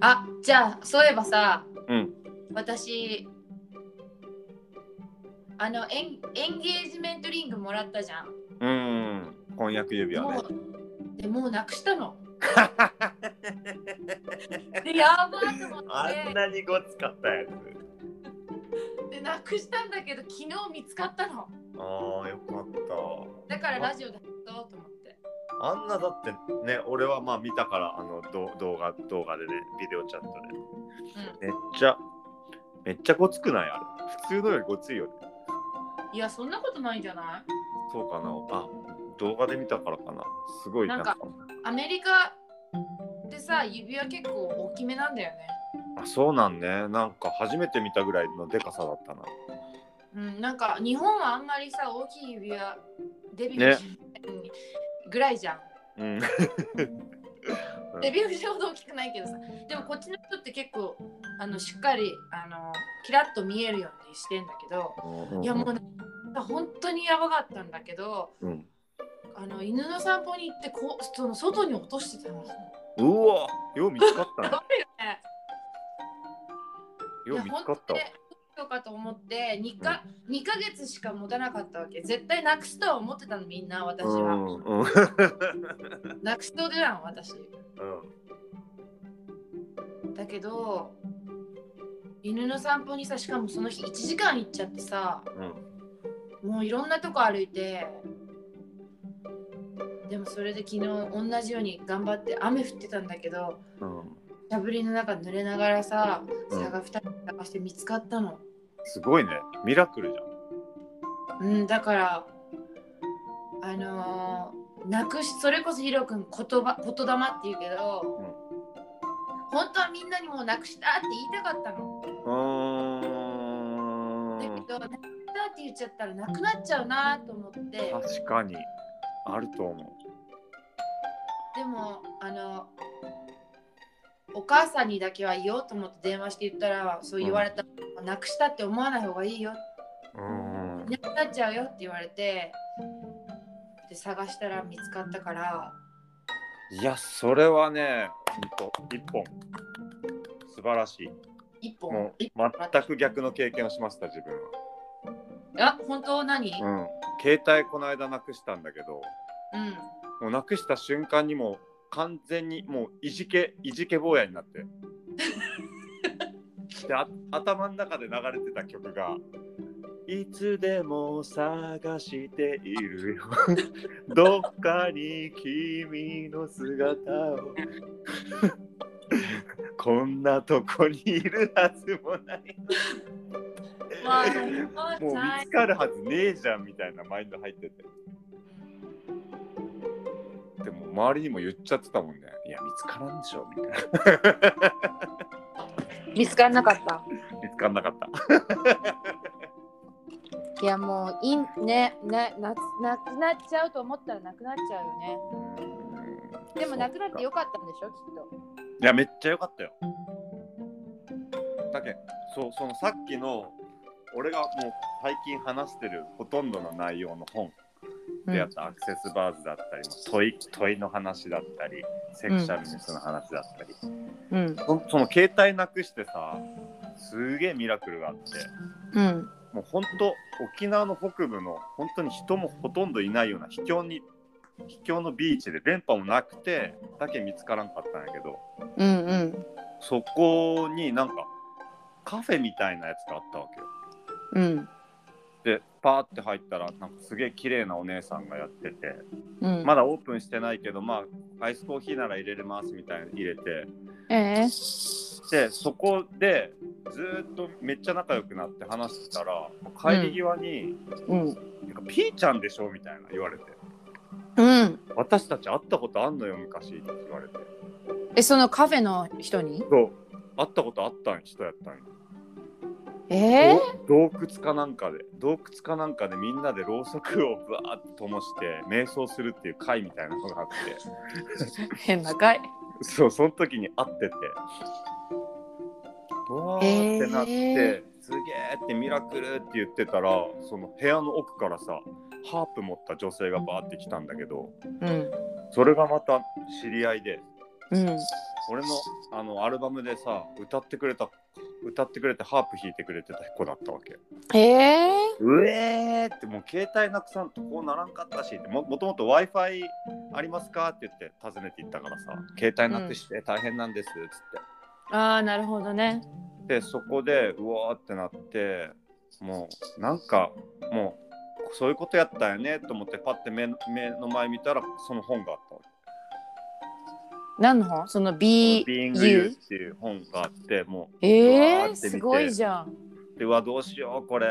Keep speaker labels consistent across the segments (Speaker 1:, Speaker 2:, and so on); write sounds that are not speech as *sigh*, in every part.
Speaker 1: あじゃあそういえばさ
Speaker 2: うん。
Speaker 1: 私あのエンエンゲージメントリングもらったじゃん。
Speaker 2: うん。婚約指輪
Speaker 1: も
Speaker 2: ね。
Speaker 1: うでもうなくした
Speaker 2: *laughs*
Speaker 1: の。でやばーと思って
Speaker 2: なにごつかったやつ。
Speaker 1: でなくしたんだけど昨日見つかったの。
Speaker 2: ああ、よかっ
Speaker 1: だからラジオで話そうと思って。
Speaker 2: た。あんなだってね、俺はまあ見たから、あのど動画、動画でね、ビデオチャットで。めっちゃ、めっちゃごつくないあれ。普通のよりごついよね。
Speaker 1: うん、いやそんなことないんじゃない
Speaker 2: そうかな。あ、動画で見たからかな。すごい
Speaker 1: なんかアメリカってさ指輪結構大きめなんだよね。
Speaker 2: あそうなんね。なんか初めて見たぐらいのでかさだったな。
Speaker 1: うん、なんか日本はあんまりさ大きい指輪デビュー、ぐらいじゃん。
Speaker 2: うん。うん
Speaker 1: デビューしほど大きくないけどさでもこっちの人って結構あのしっかりあのキラッと見えるようにしてんだけどいやもうなんか本当にやばかったんだけど
Speaker 2: うん。
Speaker 1: あの犬の散歩に行ってこうその外に落としてたの。
Speaker 2: うわ、よう見つかったね
Speaker 1: や。ばいよね。
Speaker 2: よう見つかったわ。
Speaker 1: とかと思って2か二ヶ月しか持たなかったわけ絶対なくすとは思ってたのみんな私
Speaker 2: う
Speaker 1: は
Speaker 2: んうん。
Speaker 1: なくしとでなん私
Speaker 2: う
Speaker 1: だけど犬の散歩にさしかもその日1時間行っちゃってさ
Speaker 2: ん。
Speaker 1: もういろんなとこ歩いてでもそれで昨日同じように頑張って雨降ってたんだけど
Speaker 2: うん。
Speaker 1: しゃぶりの中濡れながらさ
Speaker 2: うん
Speaker 1: 探したり探して見つかったの、
Speaker 2: すごいね。ミラクルじゃん。
Speaker 1: うん、だからあのーなくしそれこそヒロ君言葉言霊って言うけど、本当はみんなにもうなくしたって言いたかったの。
Speaker 2: う
Speaker 1: だけ
Speaker 2: ーん。
Speaker 1: どなくしたって言っちゃったらなくなっちゃうなと思って
Speaker 2: 確かに。あると思
Speaker 1: でもあのお母さんにだけは言おうと思って電話して言ったらそう言われた、なくしたって思わない方がいいよ
Speaker 2: う。うん。
Speaker 1: なくなっちゃうよって言われてで探したら見つかったから。
Speaker 2: いや、それはね、ほんと一本。素晴らしい。
Speaker 1: 一
Speaker 2: も
Speaker 1: 本
Speaker 2: う全く逆の経験をしました、自分
Speaker 1: あ本当何、
Speaker 2: は。うん。携帯この間なくしたんだけど、
Speaker 1: うん
Speaker 2: もうなくした瞬間にもう完全にもういじけいじけ坊やになって
Speaker 1: *laughs*
Speaker 2: であ頭の中で流れてた曲が「いつでも探してい
Speaker 1: *laughs*
Speaker 2: るよどっかに君の姿
Speaker 1: *laughs*
Speaker 2: をこんなとこにいるはずもない」
Speaker 1: まあ、
Speaker 2: もう見つかるはずねえじゃんみたいなマインド入ってて。でも周りにも言っちゃってたもんね。いや、見つからんでしょみたいな。
Speaker 1: 見つからなかった。
Speaker 2: 見つからなかった。
Speaker 1: いやもういいねねななくなっちゃうと思ったらなくなっちゃうよね。でもなくなって
Speaker 2: よ
Speaker 1: よかったんでしょきっ
Speaker 2: いや、めっちゃよかったよ。だけどそう、そのさっきの、俺がもう最近話してるほとんどの内容の本
Speaker 1: と。
Speaker 2: であったアクセスバーズだったり、問い問いの話だったり、セクシャルネスの話だったり、
Speaker 1: うん
Speaker 2: そその携帯なくしてさ、すげえミラクルがあって。
Speaker 1: うん
Speaker 2: もう本当沖縄の北部の本当に人もほとんどいないような秘境に秘境のビーチで電波もなくてだけ見つからんかったんやけど
Speaker 1: うんうん
Speaker 2: そこになんかカフェみたいなやつがあったわけよ
Speaker 1: うん
Speaker 2: でパーって入ったらなんかすげえ綺麗なお姉さんがやってて
Speaker 1: うん
Speaker 2: まだオープンしてないけどまあアイスコーヒーなら入れれますみたいなの入れて
Speaker 1: ええ
Speaker 2: でそこでずーっとめっちゃ仲良くなって話してたら帰り際に
Speaker 1: うん
Speaker 2: 「なんかピーちゃんでしょ?」みたいな言われて。
Speaker 1: うん
Speaker 2: 私たち会ったことあんのよ昔って言われて
Speaker 1: えそのカフェの人に
Speaker 2: そう会ったことあったん人やったんよ
Speaker 1: ええ
Speaker 2: 洞窟かなんかで洞窟かなんかでみんなでろうそくをぶわーっと灯して瞑想するっていう会みたいなのがあって
Speaker 1: 変なかい。
Speaker 2: そうその時に会っててうわーってなって、
Speaker 1: え
Speaker 2: すげーってミラクルって言ってたらその部屋の奥からさハープ持った女性がバーって来たんだけど
Speaker 1: うん
Speaker 2: それがまた知り合いで
Speaker 1: うん
Speaker 2: 俺のあのアルバムでさ歌ってくれた歌ってくれてハープ弾いてくれてた子だったわけ
Speaker 1: ええ
Speaker 2: うえーってもう携帯なくさんとこうならんかったしってももともと w i f i ありますかって言って訪ねて行ったからさ携帯なくして大変なんですっつって、
Speaker 1: ああなるほどね
Speaker 2: でそこでうわーってなってもうなんかもうそういうことやったんやねと思ってパッて目の目の前見たらその本があったわけ
Speaker 1: 何の本その
Speaker 2: 「
Speaker 1: B
Speaker 2: Being You」
Speaker 1: U
Speaker 2: っていう本があっても
Speaker 1: え
Speaker 2: わーっ
Speaker 1: ー、
Speaker 2: て見て
Speaker 1: すごいじゃん
Speaker 2: うでうわどうしようこれ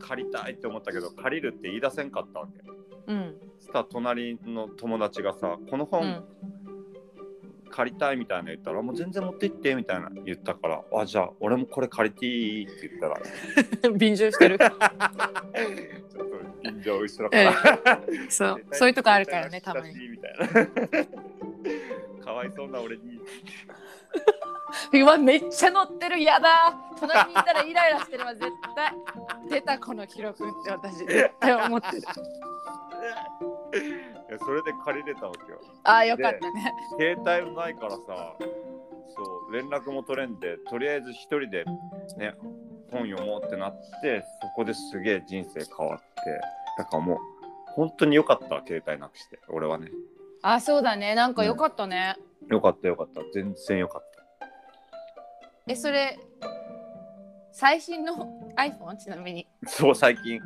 Speaker 2: 借りたいって思ったけど借りるって言い出せんかったわけ。
Speaker 1: うん
Speaker 2: そしたら隣の友達がさ「この
Speaker 1: う
Speaker 2: 本
Speaker 1: ん
Speaker 2: 借りたい」みたいな言ったら「もう全然持って行って」みたいな言ったから「あじゃあ俺もこれ借りていい」って
Speaker 1: *laughs*
Speaker 2: 言ったら
Speaker 1: 便乗
Speaker 2: *laughs*
Speaker 1: してる
Speaker 2: ちょっと臨場後ろから。
Speaker 1: そう
Speaker 2: 絶対
Speaker 1: そういうとこあるからねたまに
Speaker 2: みたいな *laughs* かわいそうな俺に
Speaker 1: うわめっちゃ乗ってるやだ隣にいたらイライラしてるわ絶対 *laughs* 出たこの記録って私絶対思って
Speaker 2: *laughs*
Speaker 1: る
Speaker 2: いやそれで借りれたわけよ
Speaker 1: ああよかったね
Speaker 2: 携帯もないからさそう連絡も取れんでとりあえず一人でね本読もうってなってそこですげえ人生変わってだからもう本当に良かった携帯なくして俺はね
Speaker 1: あそうだねなんかよかったね、
Speaker 2: 良かった良かった全然良かった
Speaker 1: えそれ最新の iPhone ちなみに違う
Speaker 2: そう最近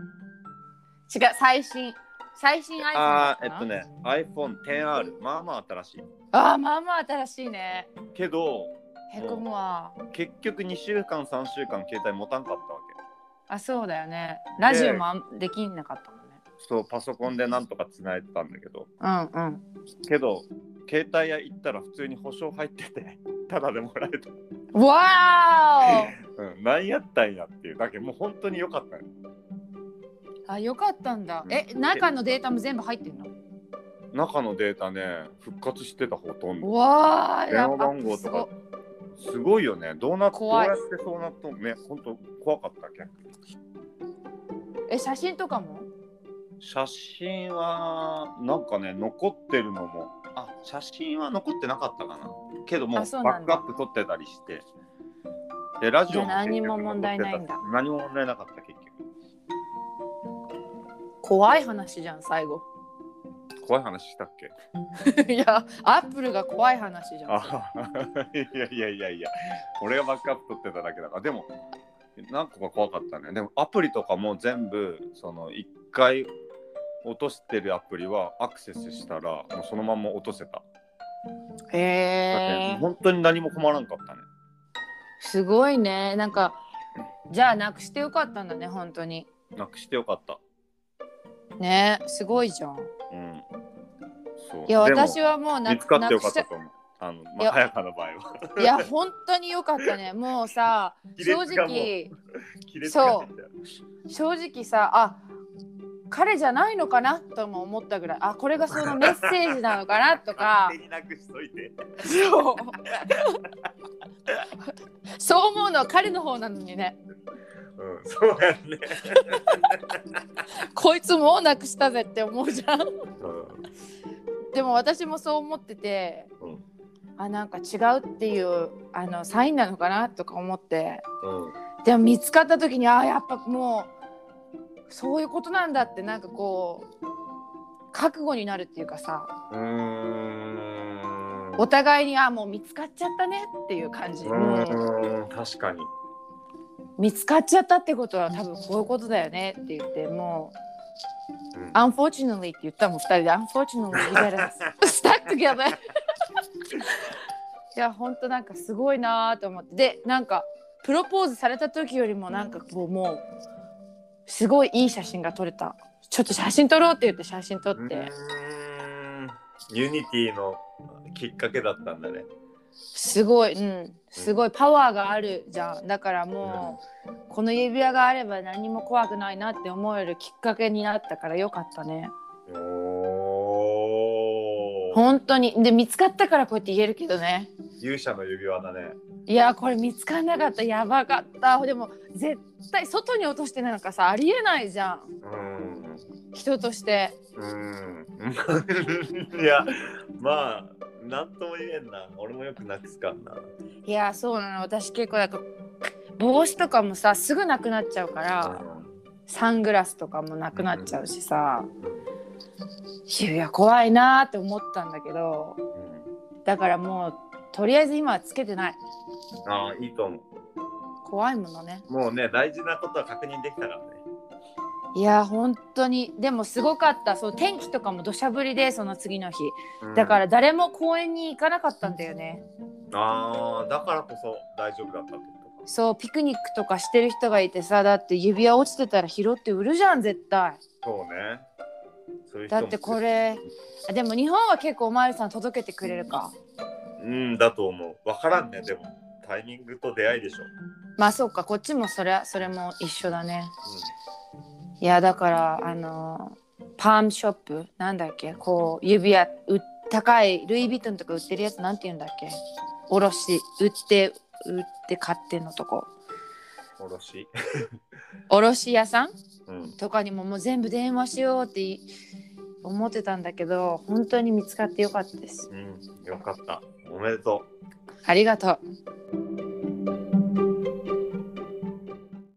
Speaker 1: 最新最新 iPhone だ
Speaker 2: あ
Speaker 1: ったか
Speaker 2: ーえ
Speaker 1: な
Speaker 2: っとね iPhone10R まあまあ新しい
Speaker 1: あーまあまあ新しいね
Speaker 2: けど
Speaker 1: へこむわ
Speaker 2: 結局2週間3週間携帯持たんかったわけ
Speaker 1: あそうだよねラジオもあんできなかったもんね
Speaker 2: そうパソコンでなんとかつないでたんだけど
Speaker 1: うんうん
Speaker 2: けど携帯屋行ったら普通に保証入ってて *laughs* ただでもらえた、 *laughs*
Speaker 1: わー
Speaker 2: うん、何やったんやっていうだけもう本当に良かったよ
Speaker 1: おあよかったんだえ中のデータも全部入ってんの
Speaker 2: 中のデータね復活してたほとんど
Speaker 1: わー
Speaker 2: 電話番号とかすごいよねどうなっどう
Speaker 1: 怖い
Speaker 2: やってそうなったのね本当怖かったっけ
Speaker 1: え写真とかも
Speaker 2: 写真はなんかね残ってるのもあ写真は残ってなかったかなけどもう
Speaker 1: あそうな
Speaker 2: バッ
Speaker 1: ん
Speaker 2: ク
Speaker 1: だ
Speaker 2: アップ取ってたりしてでラジ
Speaker 1: じ
Speaker 2: オ
Speaker 1: ゃあ何も
Speaker 2: 結局
Speaker 1: 問題ないんだ
Speaker 2: 残ってた何も問題なかった結
Speaker 1: 怖い話じゃん最後 *laughs*
Speaker 2: 局怖い話したっけ
Speaker 1: いやアップルが怖い話じゃんそれ
Speaker 2: あいやいやいやいや俺がバックアップ取ってただけだからでも何個か怖かったねでもアプリとかも全部その1回落としてるアプリはアクセスしたらもうそのまま落とせただっ
Speaker 1: へ
Speaker 2: て
Speaker 1: えー、
Speaker 2: 本当に何も困らんかったね
Speaker 1: すごいねなんかじゃあなくしてよかったんだね本当に
Speaker 2: なくしてよかった。
Speaker 1: ねすごいじゃん
Speaker 2: うん。そう。
Speaker 1: いや
Speaker 2: でも
Speaker 1: 私はもうな
Speaker 2: 見
Speaker 1: く
Speaker 2: つかってよかっ
Speaker 1: な
Speaker 2: た
Speaker 1: く
Speaker 2: と思う。あ
Speaker 1: い
Speaker 2: の、ま
Speaker 1: や
Speaker 2: あ、早川の場合は。
Speaker 1: したいや本当によかったねもうさ
Speaker 2: *laughs* 亀
Speaker 1: 正
Speaker 2: 裂がもう
Speaker 1: 直
Speaker 2: 切れつかってんだよ
Speaker 1: 正直さあ彼じゃないのかなとも思ったぐらいあこれがそのメッセージなのかなと
Speaker 2: *laughs*
Speaker 1: か
Speaker 2: 勝手になくしといて。
Speaker 1: そう *laughs* そう思うのは彼の方なのにね
Speaker 2: うん、そうやね。
Speaker 1: こいつもうなくしたぜって思うじゃん
Speaker 2: う
Speaker 1: でも私もそう思ってて、
Speaker 2: うん
Speaker 1: あなんか違うっていうあのサインなのかなとか思って
Speaker 2: ん。うん。
Speaker 1: でも見つかった時にあやっぱもうそういうことなんだってなんかこう覚悟になるっていうかさ
Speaker 2: うーん
Speaker 1: お互いにあもう見つかっちゃったねっていう感じ、もう
Speaker 2: うーん確かに。
Speaker 1: 見つかっちゃったってことは多分こういうことだよねって言ってもう、
Speaker 2: うん
Speaker 1: unfortunately って言ったもん2人で unfortunately we gotta stuck together いやほんとなんかすごいなーと思ってでなんかプロポーズされた時よりもなんかこうもうすごいいい写真が撮れたちょっと写真撮ろうって言って写真撮って、
Speaker 2: ーん。ユニティのきっかけだったんだね。
Speaker 1: すごい、うん、すごいパワーがあるじゃん。だからもう、この指輪があれば何も怖くないなって思えるきっかけになったからよかったね。
Speaker 2: おー。
Speaker 1: 本当に。で、見つかったからこうやって言えるけどね。
Speaker 2: 勇者の指輪だね。
Speaker 1: いや、これ見つからなかった。やばかった。でも、絶対外に落としてなんかさ、ありえないじゃん。
Speaker 2: うん。
Speaker 1: 人として。
Speaker 2: うーんいやまあなんとも言えんな。俺もよくなくすからな。
Speaker 1: いやそうなの私結構なんか帽子とかもさすぐなくなっちゃうからサングラスとかもなくなっちゃうしさ、いや怖いなーって思ったんだけど
Speaker 3: うん
Speaker 1: だからもうとりあえず今はつけてない
Speaker 2: ああ、いいと思
Speaker 1: 怖いものね
Speaker 2: う。もうね、大事なことは確認できたからね。。
Speaker 1: いや本当にでもすごかったそう天気とかも土砂降りでその次の日だからら誰も公園に行かなかったんだよね
Speaker 2: ああ、だからこそ大丈夫だったってこ
Speaker 1: そうピクニックとかしてる人がいてさだって指輪落ちてたら拾って売るじゃん絶対
Speaker 2: とか。そうね。そういう人
Speaker 1: だ
Speaker 2: も
Speaker 1: ってこ。れあでも日本は結構お巡りさん届けてくれるか
Speaker 2: うん、だと思う。わからんね、でも。タイミングと出会いでしょ。
Speaker 1: まあそうかこっちもそれそれも一緒だねいやだからあのーパームショップなんだっけこう指輪う高いルイ・ヴィトンとか売ってるやつなんて言うんだっけおろし売って売って買ってんのとこ
Speaker 2: うん。おろし。
Speaker 1: おろし屋さん
Speaker 2: うん。
Speaker 1: とかにももう全部電話しようってい思ってたんだけど本当に見つかってよかったです
Speaker 2: うん。よかった。おめでとう。
Speaker 1: ありがとう